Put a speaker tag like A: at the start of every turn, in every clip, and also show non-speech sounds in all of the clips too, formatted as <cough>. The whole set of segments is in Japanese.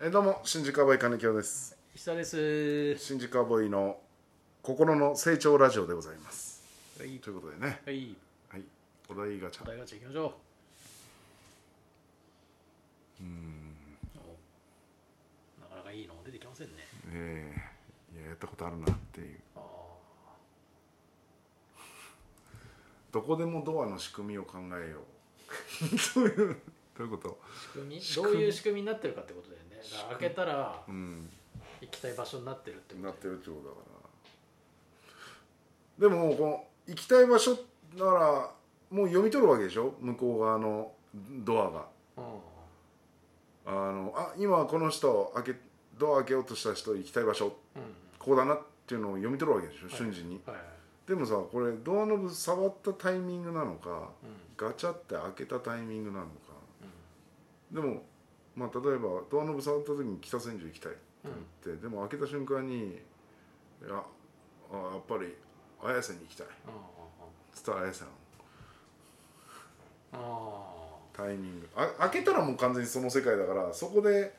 A: えどうも新宿アボーイ金城です
B: 久です。
A: 新宿アボーイの心の成長ラジオでございます
B: はい。
A: ということでね
B: はい。
A: はいお題ガチ
B: お
A: ャ
B: 題ガチャ行きましょう。うん。なかなかいいの出てきませんね。
A: ええいややったことあるなっていう
B: ああ。
A: どこでもドアの仕組みを考えよう <laughs> どういうどういうこと
B: 仕組み
A: 仕
B: ど
A: 組
B: う
A: み
B: いう仕組みになってるかってことだよね。だから開けたら
A: うん
B: 行きたい場所になってるってこと
A: な
B: だよ
A: っ
B: ね
A: てるってことだからでもこの行きたい場所ならもう読み取るわけでしょ向こう側のドアがあのあ今この人開けドア開けようとした人行きたい場所
B: うん。うん。
A: こうだなっていうのを読み取るわけでしょ、
B: はい
A: 瞬時に
B: はいはい。
A: でもさこれドアノブ触ったタイミングなのか
B: うん。
A: ガチャって開けたタイミングなのか
B: う
A: で
B: ん
A: もまあ例えばドアノブ触った時に北千住行きたいって言って、でも開けた瞬間にいやあやっぱり綾瀬に行きたいっ
B: うんうん
A: つったら綾瀬の
B: うん。あ
A: タイミングあ開けたらもう完全にその世界だからそこで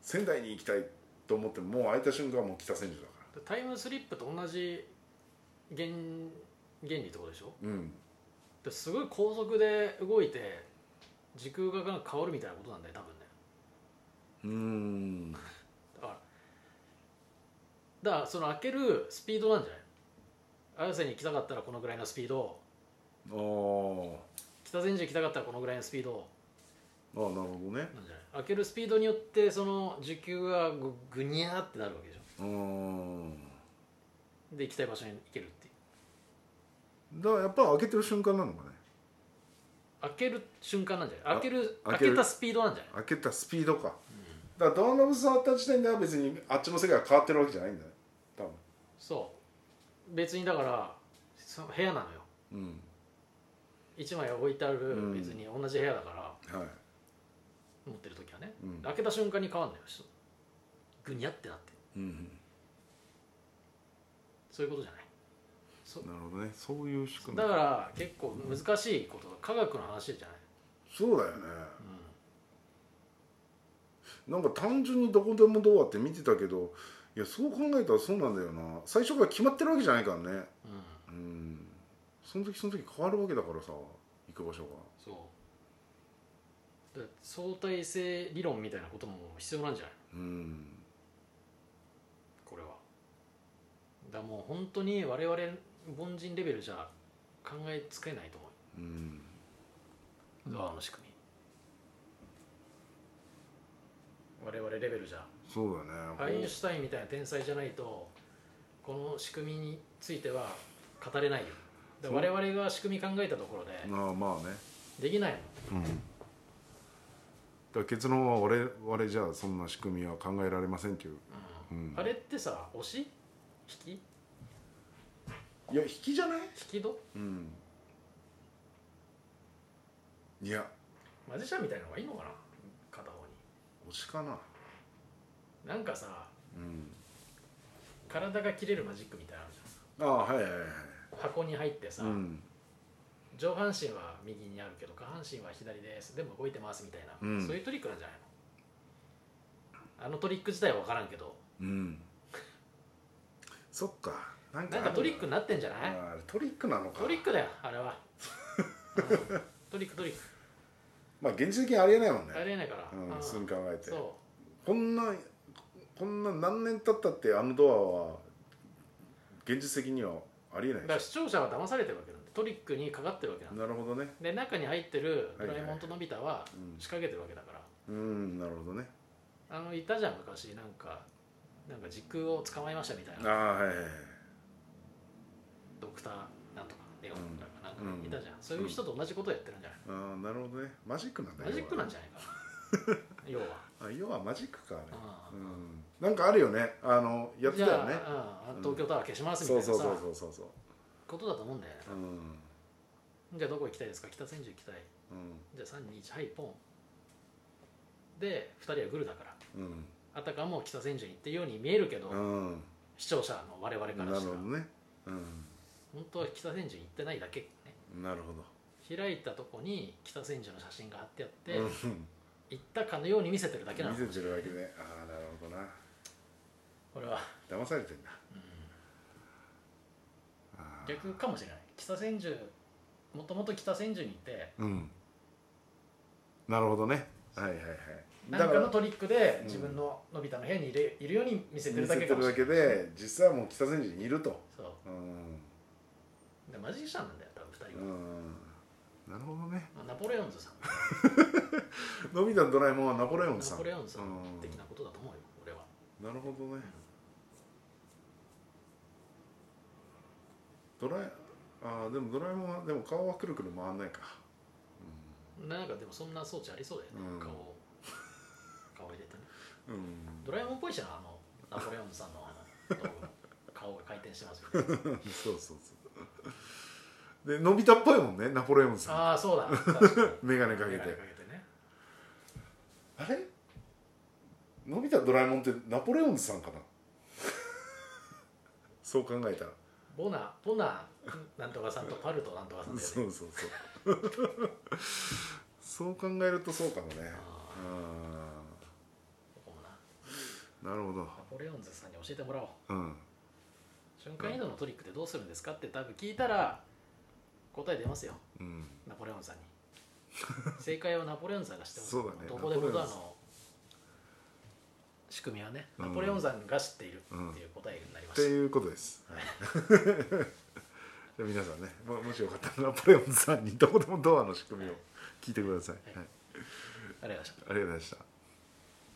A: 仙台に行きたいと思ってももう開いた瞬間はもう北千住だか
B: あ。タイムスリップと同じ原原理ってことでしょ。
A: らうん
B: ですごい高速で動いて時空がなんか変わるみたいなことなんだよ多分ね
A: うーん
B: だからだからその開けるスピードなんじゃない綾瀬に行きたかったらこのぐらいのスピード
A: あー
B: 北千住行きたかったらこのぐらいのスピード
A: あーなるほどね
B: なんじゃない開けるスピードによってその時給がぐぐにゃーってなるわけでし
A: うーん
B: ょで行きたい場所に行けるっていう
A: だからやっぱ開けてる瞬間なのかね
B: 開ける瞬間なんじゃない
A: あ
B: 開ける
A: 開
B: 開
A: ける
B: けたスピードなんじゃない
A: 開けたスピードか、だからドアノブ触った時点では別にあっちの世界が変わってるわけじゃないんだね多分
B: そう別にだからその部屋なのよ
A: うん
B: 1枚置いてあ
A: う
B: る
A: ん
B: 別に同じ部屋だから、
A: はい
B: 持ってる時はね、
A: うん
B: 開けた瞬間に変わんないよぐにゃってなって
A: うん
B: そういうことじゃないそ
A: なるほどねそういう仕組み
B: だから結構難しいこと科学の話じゃない、
A: そうだよね
B: う
A: なんか単純にどこでもドアって見てたけどいやそう考えたらそうなんだよな最初から決まってるわけじゃないからね
B: んうん、
A: うんその時その時変わるわけだからさ行く場所が
B: そうだから相対性理論みたいなことも必要なんじゃない
A: うん
B: これはだからもう本当に我々凡人レベルじゃ考えつけないと思
A: うん
B: うドアの仕組み我々レベルじゃ
A: そうだね
B: アインシュタインみたいな天才じゃないとこの仕組みについては語れないよで
A: そう
B: 我々が仕組み考えたところで
A: まあまあね
B: できないもん
A: うんだから結論は我々じゃそんな仕組みは考えられませんっていう、うん
B: あれってさ押し引き
A: いや引きじゃない
B: 引き戸
A: うんいや
B: マジシャンみたいなのがいいのかな片方
A: 推しかな
B: になんかさ
A: うん
B: 体が切れるマジックみたいなのあるじ
A: ああはいはいはい
B: ゃん箱に入ってさ、
A: うん
B: 上半身は右にあるけど下半身は左ですでも動いてますみたいな、
A: うん
B: そういうトリックなんじゃないのあのトリック自体は分からんけど
A: うんそっかなんか
B: な
A: ある
B: んかトリックになってんじゃ
A: あ
B: ない
A: ーあれトリックなのか
B: トリックだよあれは、うんトリックトリック
A: まあ現実的にありえない <laughs> もんね
B: ありえないから、
A: うん
B: ああ
A: 普通に考えて
B: そ
A: こんなこんな何年経ったってあのドアは現実的にはありえな
B: う
A: いで
B: だから
A: し
B: 視聴者は騙されてるわけなんでトリックにかかってるわけな
A: ょ
B: んだ
A: なるほどね
B: で中に入ってるドラえもんとのび太は
A: うん
B: 仕掛けてるわけだから、
A: うんなるほどね
B: あのいたじゃん昔なんかなんか時空を捕まえましたみたい
A: あ
B: な
A: あはいはいはい
B: ドクターなんとかレオンとかなんか
A: うん
B: いたじゃん、そういう人と同じことやってるんじゃない、
A: あーなるほどねマジックなんだ
B: マジックなん
A: ゃ
B: じゃないか
A: <laughs>
B: な要は、
A: あ要はマジックかあれ
B: う
A: うんんなんかあるよねあのやってたよ
B: じ
A: ね
B: ゃあ、うん、東京タワー消しますみたい
A: そう
B: なさ、
A: そうそうそうそうそう
B: ことだと思うんだよね
A: うん
B: じゃあどこ行きたいですか北千住行きたいじゃあ321はいポンで2人はグルだから
A: うん
B: あたかも北千住に行ってるように見えるけど、
A: うんうん
B: 視聴者の我々
A: な
B: か
A: る
B: ら
A: ほ
B: した
A: ど
B: ら
A: ね
B: 本当は北千住に行ってないだけ、ね、
A: うんなるほど
B: 開いたとこに北千住の写真が貼ってあって、
A: うん
B: 行ったかのように見せてるだけなの
A: 見せてるだけでああなるほどな
B: これは
A: 騙されてんだあー
B: 逆かもしれない北千住もともと北千住にいて
A: うんなるほどねはいはいはいだ
B: 何
A: か
B: からのトリックで
A: うん
B: 自分ののび太の部屋にいるいるように見せて
A: 見
B: る
A: せ
B: だ
A: て
B: けか
A: る
B: もしれ
A: だ
B: ない
A: けで実際はもう北千住にいると
B: そう
A: うん
B: でマジシャンなんだよ多分
A: う
B: 2人は、
A: んなるほどね
B: まあナポレオンズさん
A: のび太のドラえもんはナポレオン
B: ナ
A: さん
B: ポレオンズさん
A: うん
B: 的なことだと思うよ俺は
A: なるほどねドラえあーでもドラえもんはでも顔はくるくる回んないか、
B: なんかでもそんな装置ありそうだよね、
A: うん
B: 顔を顔を入れてね
A: うんうん、
B: ドラえもんっぽいしなあのナポレオンズさんのあの道具顔が回転してますよ、ね、
A: そうそうそうでのび太っぽいもんねナポレオンさんあ
B: ああそうだ確かに
A: 眼鏡かけて
B: 眼鏡かけてね
A: れのび太ドラえもんってナポレオンさんかな <laughs> そう考えたら、
B: ボナボナなんとかさんとパルトなんとかさんだよ
A: そ
B: ね
A: うそうそう <laughs> そう考えるとそうかもね
B: ああ
A: あ
B: ここもな
A: ーなるほど
B: ナポレオンズさんに教えてもらおう
A: うん
B: 瞬間移動のトリックってどうするんですかって多分聞いたら答え出ますよ
A: うん
B: ナポレオンさんに正解はナポレオンさんが知ってます
A: そうだね
B: どこで
A: ナ
B: も
A: ポレ
B: ド
A: オ
B: ア
A: ンさん
B: の仕組みはね
A: うん
B: ナポレオンさんが知っているっていう答えになりま
A: って
B: し
A: いう <laughs> ことです。
B: はい
A: じゃあ皆さんね、ももしよかったらナポレオンさんにどこでもドアの仕組みを聞いてください。
B: はい
A: はい、
B: たありがとうございました
A: ありがとうございました。